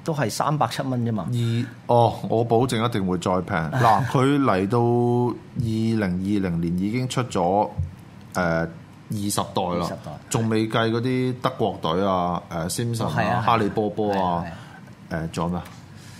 Speaker 3: 都係三百七蚊啫嘛。
Speaker 2: 二哦，我保證一定會再
Speaker 3: [LAUGHS]
Speaker 2: 平。嗱，佢嚟到二零二零年已經出咗誒二十代啦
Speaker 3: 20代，
Speaker 2: 仲未計嗰啲德國隊啊、誒 Simpson
Speaker 3: 係啊係
Speaker 2: 啊
Speaker 3: 啊、
Speaker 2: 哈利波波啊
Speaker 3: 係啊、
Speaker 2: 誒仲有咩啊？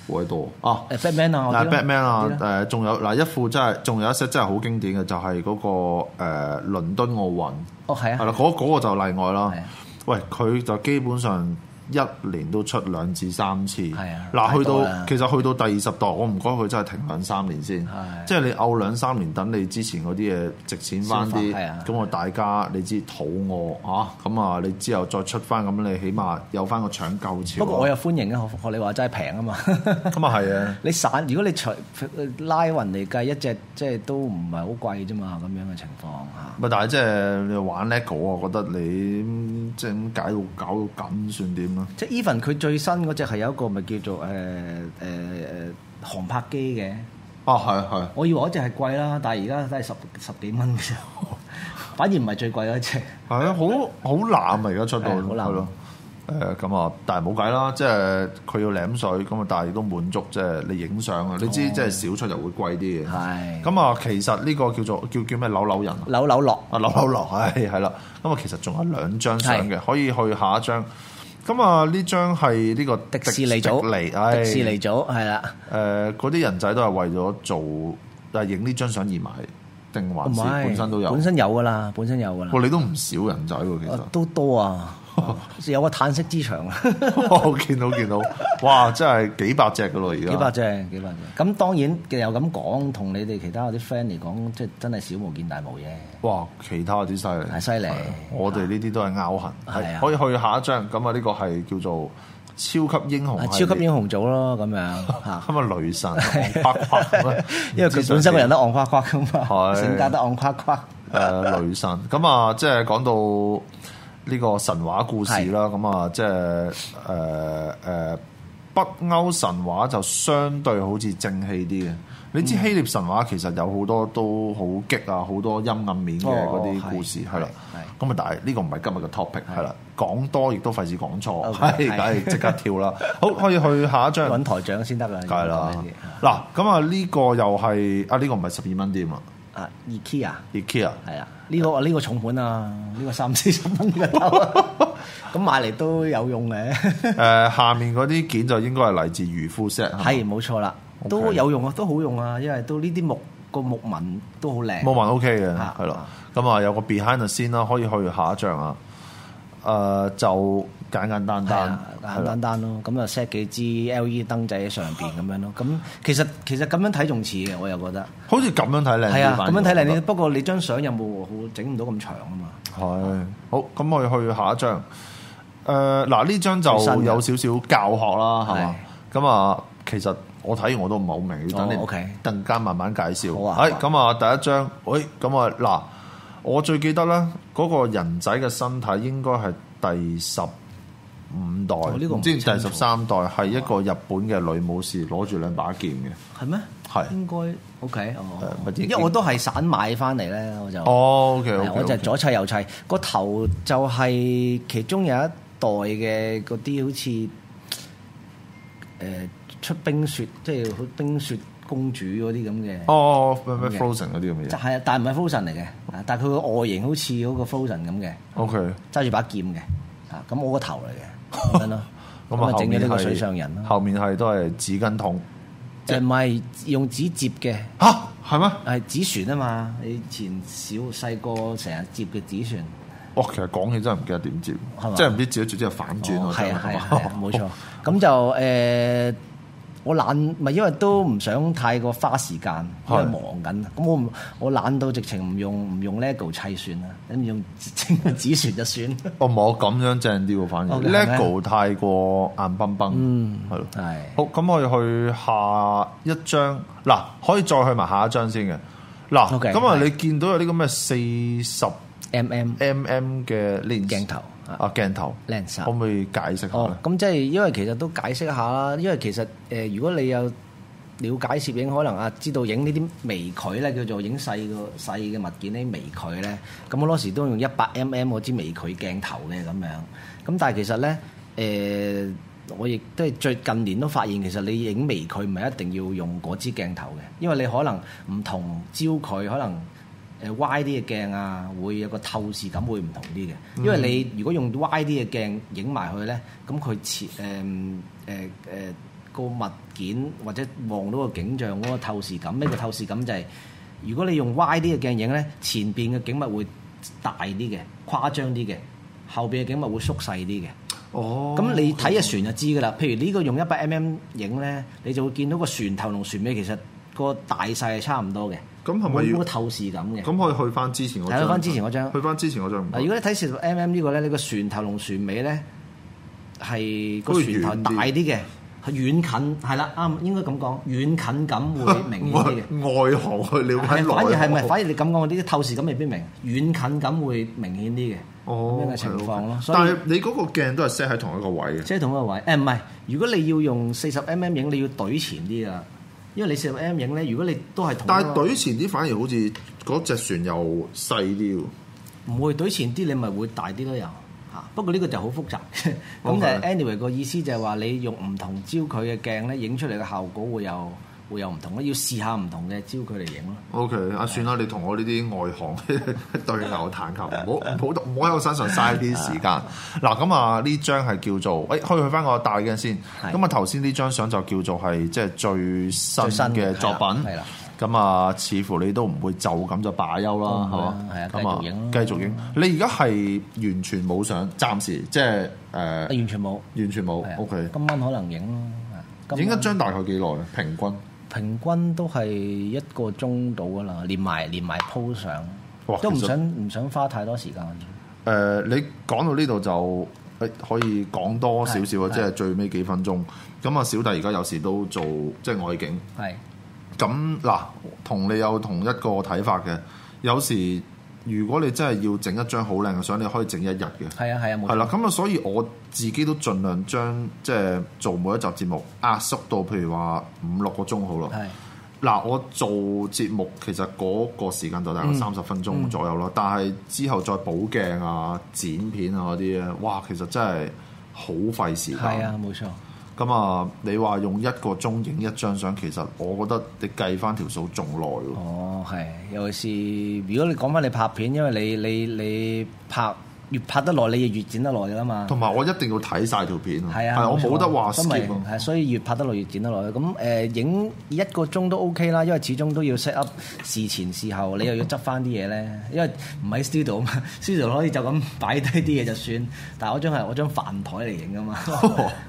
Speaker 2: 維多啊！
Speaker 3: 誒 Batman 啊，我
Speaker 2: 嗱
Speaker 3: 啲咯
Speaker 2: ，Batman 啊
Speaker 3: 嗰啲，咯
Speaker 2: 誒仲有嗱一副真係，仲有一 set 真係好經典嘅，就係嗰個誒倫敦奧運，
Speaker 3: 哦係
Speaker 2: 係
Speaker 3: 啊，
Speaker 2: 啦，嗰嗰個就例外啦
Speaker 3: 係啊。
Speaker 2: 喂，佢就基本上一年都出兩至三次。
Speaker 3: 係啊
Speaker 2: 嗱，去
Speaker 3: 太多
Speaker 2: 到
Speaker 3: 啦
Speaker 2: 其實去到第二十代，我唔該佢真係停兩三年先
Speaker 3: 係，
Speaker 2: 即係你漚兩三年，等你之前嗰啲嘢值錢翻
Speaker 3: 消化
Speaker 2: 啲
Speaker 3: 係啊，
Speaker 2: 咁我大家你知肚餓啊，咁啊你之後再出翻，咁你起碼有翻個搶救潮。
Speaker 3: 不過我又歡迎啊，學學你話齋平啊嘛。 [LAUGHS]
Speaker 2: 咁啊係啊。
Speaker 3: 你散，如果你除拉雲嚟計，一隻即係都唔係好貴啫嘛，咁樣嘅情況嚇。
Speaker 2: 啊咪但係即係你玩 LEGO，我覺得你嗯即係咁解到搞到咁算點啊啦？
Speaker 3: 即係 even 佢最新嗰只係有一個咪叫做誒誒誒航拍機嘅，
Speaker 2: 啊，係係。
Speaker 3: 我以為嗰只係貴啦，但係而家都係十十幾蚊嘅啫， [LAUGHS] 反而唔係最貴嗰只。
Speaker 2: 係啊，好好濫啊！而家出到
Speaker 3: 係好濫
Speaker 2: 係咯。誒咁啊，但係冇計啦，即係佢要舐水咁啊，但係亦都滿足即係你影相啊，你知即係少出就會貴啲嘅。
Speaker 3: 哦係咁
Speaker 2: 咁啊，其實呢個叫做叫叫咩扭扭人啊，
Speaker 3: 扭扭落，
Speaker 2: 啊扭扭落， [LAUGHS] 係係啦。咁啊，其實仲有兩張相嘅，可以去下一張。咁啊，呢張係呢個
Speaker 3: 迪士
Speaker 2: 迪
Speaker 3: 尼組，
Speaker 2: 士尼唉
Speaker 3: 迪士尼組係啦，
Speaker 2: 誒嗰啲人仔都係為咗做誒影呢張相而買，定還是本身都有？
Speaker 3: 哦本身有㗎啦，本身有㗎啦
Speaker 2: 哇！，你都唔少人仔喎，其實
Speaker 3: 啊。都多
Speaker 2: [LAUGHS]
Speaker 3: 啊，有個嘆息之場啊。
Speaker 2: 我哦見到見到，哇！真係幾百隻噶咯，而家
Speaker 3: 幾百隻，幾百隻。咁當然嘅又咁講，同你哋其他嗰啲 friend 嚟講，即係真係小巫見大巫嘅。
Speaker 2: 哇！其他啲犀利，
Speaker 3: 係犀利
Speaker 2: 係啊我哋呢啲都係拗痕，
Speaker 3: 係
Speaker 2: 係
Speaker 3: 啊
Speaker 2: 可以去下一張。咁啊，呢個係叫做超級英雄
Speaker 3: 啊超
Speaker 2: 系列
Speaker 3: 級英雄組咯，咁樣
Speaker 2: [LAUGHS]
Speaker 3: 嚇。
Speaker 2: 咁啊，雷神
Speaker 3: [LAUGHS]
Speaker 2: 啪啪咁啊
Speaker 3: 因為佢本身個人
Speaker 2: 唔知想點
Speaker 3: 都戇誇誇咁嘛，
Speaker 2: 係
Speaker 3: 性格都戇誇
Speaker 2: [LAUGHS]
Speaker 3: 誇。
Speaker 2: 誒雷神咁啊，即係講到呢個神話故事啦，咁啊，即係誒誒北歐神話就相對好似正氣啲嘅。你知希臘神話其實有好多都好激啊，好多陰暗面嘅嗰
Speaker 3: 哦
Speaker 2: 啲故事
Speaker 3: 係
Speaker 2: 係啦。
Speaker 3: 係
Speaker 2: 咁啊，但係呢個唔係今日嘅 topic 係啦，講多亦都費事講錯，
Speaker 3: OK，
Speaker 2: 係
Speaker 3: 係
Speaker 2: 梗係即刻跳
Speaker 3: [LAUGHS]
Speaker 2: 啦。好，可以去下一張。
Speaker 3: 揾台長先得啦，
Speaker 2: 梗係啦
Speaker 3: 呢啲。
Speaker 2: 嗱，咁啊呢個又係啊呢個唔係十二蚊店啊
Speaker 3: 啊，IKEA
Speaker 2: ，IKEA。
Speaker 3: 係啊，呢個呢個重本啊，呢個三四十蚊嘅兜
Speaker 2: [LAUGHS]
Speaker 3: 啊，咁買嚟都有用嘅。
Speaker 2: 誒、下面嗰啲件就應該係嚟自漁夫 set，係嘛
Speaker 3: 係冇錯啦，都有用啊，都好用啊，因為都呢啲木個木紋都好靚。
Speaker 2: 冇問 OK 嘅，
Speaker 3: 啊
Speaker 2: 係咯
Speaker 3: 啊。
Speaker 2: 咁啊有個 behind the 先啦，可以去下一張啊。誒、就簡簡單
Speaker 3: 係
Speaker 2: 單
Speaker 3: 啊，
Speaker 2: 係
Speaker 3: 簡
Speaker 2: 啦
Speaker 3: 單單咯，咁啊 set 幾支 LED 燈仔喺上邊咁樣咯，咁其實其實咁樣睇仲似嘅，我又覺得
Speaker 2: 好似咁樣睇靚啲
Speaker 3: 係啊，咁
Speaker 2: 反而
Speaker 3: 樣睇靚
Speaker 2: 我覺
Speaker 3: 啲。
Speaker 2: 得
Speaker 3: 不過你張相有冇好整唔到咁長啊嘛？
Speaker 2: 係好，咁我哋去下一張。誒嗱呢張就
Speaker 3: 最新嘅
Speaker 2: 有少少教學啦，係嘛？咁啊，其實我睇完我都唔係好明，要等
Speaker 3: 哦
Speaker 2: 你
Speaker 3: ，OK
Speaker 2: 陣間慢慢介紹。
Speaker 3: 好啊
Speaker 2: 係
Speaker 3: 好啊
Speaker 2: 咁啊，第一張，喂，咁啊嗱，我最記得咧，嗰個人仔嘅身體應該係第十。五代，
Speaker 3: 哦呢個唔
Speaker 2: 唔知第
Speaker 3: 清楚
Speaker 2: 十三代係一個日本嘅女武士攞住兩把劍嘅。
Speaker 3: 係咩？
Speaker 2: 係
Speaker 3: 應該 OK 哦
Speaker 2: 誒，咪
Speaker 3: 因為我都係散買翻嚟咧，我就
Speaker 2: 哦，OK，
Speaker 3: 係啊
Speaker 2: OK，
Speaker 3: 我就左砌右砌，個頭就係其中有一代嘅嗰啲好似誒出冰雪，即係好冰雪公主嗰啲咁嘅。
Speaker 2: 哦，咩咩 Frozen 嗰啲咁嘅
Speaker 3: 就
Speaker 2: 嘢。
Speaker 3: 係，但唔係 Frozen 嚟嘅，啊但係佢個外形好似嗰個 Frozen 咁嘅，
Speaker 2: OK。
Speaker 3: 揸住把劍嘅，啊咁我個頭嚟嘅，咁
Speaker 2: [LAUGHS]
Speaker 3: 樣咯，咁啊
Speaker 2: 後
Speaker 3: 整咗
Speaker 2: 面
Speaker 3: 呢個
Speaker 2: 係
Speaker 3: 水上人咯，
Speaker 2: 後面係都係紙巾筒。
Speaker 3: 誒唔係用紙摺嘅，
Speaker 2: 嚇，係咩？
Speaker 3: 係紙船啊嘛，你以前小細個成日摺嘅紙船，
Speaker 2: 哦，其實講起真係唔記得點接
Speaker 3: 係嘛，
Speaker 2: 即係唔知接咗接之後反轉
Speaker 3: 哦
Speaker 2: 喎，
Speaker 3: 係啊
Speaker 2: 真
Speaker 3: 係
Speaker 2: 係哦
Speaker 3: 啊，係
Speaker 2: [LAUGHS]
Speaker 3: 啊冇錯。咁就誒、呃我懶咪因為都唔想太過花時間，因為
Speaker 2: 係
Speaker 3: 忙緊。啊咁我唔我懶到直情唔用唔用 LEGO 砌算啦，咁用 [LAUGHS] 整個紙船就算。
Speaker 2: 哦，冇咁樣正啲喎，反而
Speaker 3: 哦係咩
Speaker 2: LEGO 太過硬崩崩，
Speaker 3: 嗯
Speaker 2: 係咯。
Speaker 3: 係
Speaker 2: 好，咁我哋去下一張嗱，可以再去埋下一張先嘅嗱。
Speaker 3: OK，
Speaker 2: 咁啊，
Speaker 3: 係
Speaker 2: 你見到有啲咁嘅四十
Speaker 3: M M
Speaker 2: mm 嘅 lens
Speaker 3: 鏡頭啊
Speaker 2: 啊鏡頭
Speaker 3: lens 啊
Speaker 2: 可唔可以解釋下
Speaker 3: 哦
Speaker 2: 咧，？
Speaker 3: 咁即係因為其實都解釋一下啦，因為其實誒、呃如果你有了解攝影，可能啊知道影呢啲微距咧，叫做影細個細嘅物件呢微距咧，咁我嗰時都用一百 mm 嗰支微距鏡頭嘅咁樣，咁但係其實咧誒。我亦都係最近年都發現，其實你影微距唔係一定要用嗰支鏡頭嘅，因為你可能唔同焦距，可能誒呃歪啲嘅鏡啊，會有個透視感會唔同啲嘅，
Speaker 2: 嗯
Speaker 3: 因為你如果用歪啲嘅鏡影埋佢咧，咁佢切誒誒誒個物件或者望到個景象嗰個透視感，呢個透視感就係、如果你用歪啲嘅鏡影咧，前邊嘅景物會大啲嘅、誇張啲嘅，後邊嘅景物會縮細啲嘅。
Speaker 2: 哦
Speaker 3: 咁你睇隻船就知㗎啦。譬如呢個用一百 mm 影咧，你就會見到個船頭同船尾其實個大細係差唔多嘅，
Speaker 2: 咁係咪
Speaker 3: 冇
Speaker 2: 要
Speaker 3: 嗰個透視感嘅。
Speaker 2: 咁可以去翻之前嗰張，
Speaker 3: 係去返之前嗰張
Speaker 2: 去翻之前嗰張唔該。
Speaker 3: 嗱，如果你睇四十 mm 呢個咧，你個船頭同船尾咧係個
Speaker 2: 好似
Speaker 3: 船頭大啲嘅，係遠近係啦，啱應該咁講，遠近感會明顯
Speaker 2: [LAUGHS]
Speaker 3: 啲嘅。
Speaker 2: 外外行去了解內
Speaker 3: 係反而係咪？
Speaker 2: 行
Speaker 3: 反而你咁講，呢啲透視感未必明，遠近感會明顯啲嘅。
Speaker 2: 哦
Speaker 3: 咁樣嘅情況咯
Speaker 2: OK，OK
Speaker 3: 所以
Speaker 2: 但係你嗰個鏡都係 set 喺同一個位嘅。
Speaker 3: 即係同一個位。誒唔係，如果你要用四十 mm 影，你要懟前啲啊，因為你四十 mm 影咧，如果你都係同
Speaker 2: 但
Speaker 3: 一
Speaker 2: 係
Speaker 3: 個
Speaker 2: 對前啲反而好似嗰隻船又細啲喎。
Speaker 3: 唔會懟前啲，你咪會大啲咯又嚇。不過呢個就好
Speaker 2: [LAUGHS]
Speaker 3: 複雜咁
Speaker 2: OK
Speaker 3: 就 anyway 個意思就係話你用唔同焦距嘅鏡咧，影出嚟嘅效果會有會有唔同咯，要試下唔同嘅焦距嚟影咯。
Speaker 2: O K，啊算啦，你同我呢啲外行 [LAUGHS] 對牛彈琴，唔好唔好唔好喺我身上嘥啲時間。嗱咁啊，呢張係叫做，誒、哎可以去翻個大鏡先。
Speaker 3: 係
Speaker 2: 咁啊頭先呢張相就叫做係即係最新
Speaker 3: 最新
Speaker 2: 嘅
Speaker 3: 嘅
Speaker 2: 作品
Speaker 3: 係啦係啦。
Speaker 2: 咁啊，似乎你都唔會就咁就罷休啦，
Speaker 3: 唔會
Speaker 2: 係
Speaker 3: 啦
Speaker 2: 嘛？
Speaker 3: 係啊
Speaker 2: 咁
Speaker 3: 繼續影啦
Speaker 2: 繼續影。你而家係完全冇相，暫時即係誒、呃
Speaker 3: 啊完全冇。
Speaker 2: 完全冇
Speaker 3: 係啊。
Speaker 2: O K。
Speaker 3: 今晚可能影咯。啊今晚
Speaker 2: 影一張大概幾耐咧？平均？
Speaker 3: 平均都係一個鐘到噶啦，連埋連埋鋪相
Speaker 2: 哇，
Speaker 3: 都唔
Speaker 2: 其實
Speaker 3: 想唔想花太多時間。
Speaker 2: 誒、呃你講到呢度就誒可以講多少少啊，即
Speaker 3: 係
Speaker 2: 係最尾幾分鐘。咁啊，小弟而家有時都做即係外景。
Speaker 3: 係。
Speaker 2: 咁嗱，同你有同一個睇法嘅。有時如果你真係要整一張好靚嘅相，你可以整一日嘅。
Speaker 3: 係啊係啊，冇
Speaker 2: 係
Speaker 3: 錯。
Speaker 2: 啦，咁啊，所以我自己都盡量將即係做每一集節目壓縮到，譬如話五六個鐘好啦。
Speaker 3: 係
Speaker 2: 嗱，我做節目其實嗰個時間就大概
Speaker 3: 嗯
Speaker 2: 三十分鐘左右啦，但係之後再補鏡啊、剪片啊嗰啲咧，哇，其實真係好費時
Speaker 3: 係
Speaker 2: 間。
Speaker 3: 啊，冇錯。
Speaker 2: 咁啊，你話用一個鐘影一張相，其實我覺得你計翻條數仲耐喎。
Speaker 3: 哦，係，尤其是如果你講翻你拍片，因為你你你拍越拍得耐，你就越剪得耐㗎啦嘛。
Speaker 2: 同埋我一定要睇晒條片啊，
Speaker 3: 係啊，
Speaker 2: 係我冇得話
Speaker 3: 咁咪
Speaker 2: skip 啊
Speaker 3: 係，所以越拍得耐越剪得耐。咁誒影一個鐘都 OK 啦，因為始終都要 set up 事前事後，你又要執翻啲嘢咧。 [LAUGHS] 因為唔喺 studio 啊嘛 [LAUGHS] ，studio 可以就咁擺低啲嘢就算。但係我張係我張飯台嚟影噶
Speaker 2: [LAUGHS]
Speaker 3: 嘛，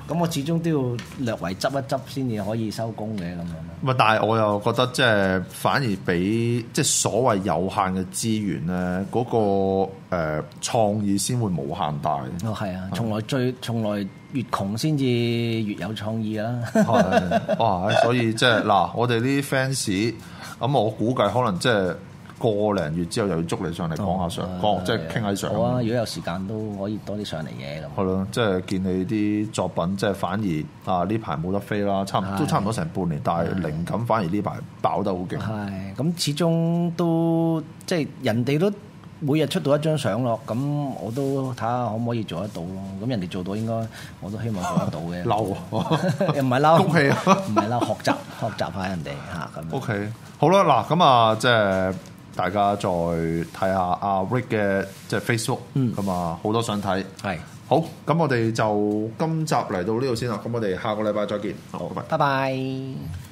Speaker 3: 咁我始終都要略為執一執先至可以收工嘅咁樣咯。
Speaker 2: 咁啊，但係我又覺得即係反而比即係所謂有限嘅資源咧，嗰、個誒、呃、創意先會無限大。 [LAUGHS]
Speaker 3: 哦，係啊，從來最從來越窮先至越有創意啊啦。
Speaker 2: 係哇！所以即係嗱，我哋啲 fans 咁，我估計可能即係個零月之後又要捉你上嚟講下相，講即 [LAUGHS] 係傾下相。
Speaker 3: 好嗯啊，如果有時間都可以多啲上嚟嘅咁。
Speaker 2: 係咯，即係見你啲作品，即係反而啊呢排冇得飛啦，差唔都差唔多成半年，但係靈感反而呢排爆得好勁。
Speaker 3: 係，咁始終都即係人哋都每日出到一張相咯，咁我都睇下可唔可以做得到咯。咁人哋做到應該我都希望做得到
Speaker 2: [LAUGHS]
Speaker 3: 嘅。
Speaker 2: 嬲啊
Speaker 3: [LAUGHS] 又唔係嬲，
Speaker 2: [LAUGHS] 恭喜啊
Speaker 3: 唔係嬲，學習學習下人哋嚇咁樣。
Speaker 2: OK，好啦，嗱咁啊，即係大家再睇下阿 Rick 嘅即係 Facebook，咁啊好多想睇。
Speaker 3: 係，
Speaker 2: 好，咁我哋就今集嚟到呢度先啦，咁我哋下個禮拜再見。好，拜拜。
Speaker 3: 拜拜。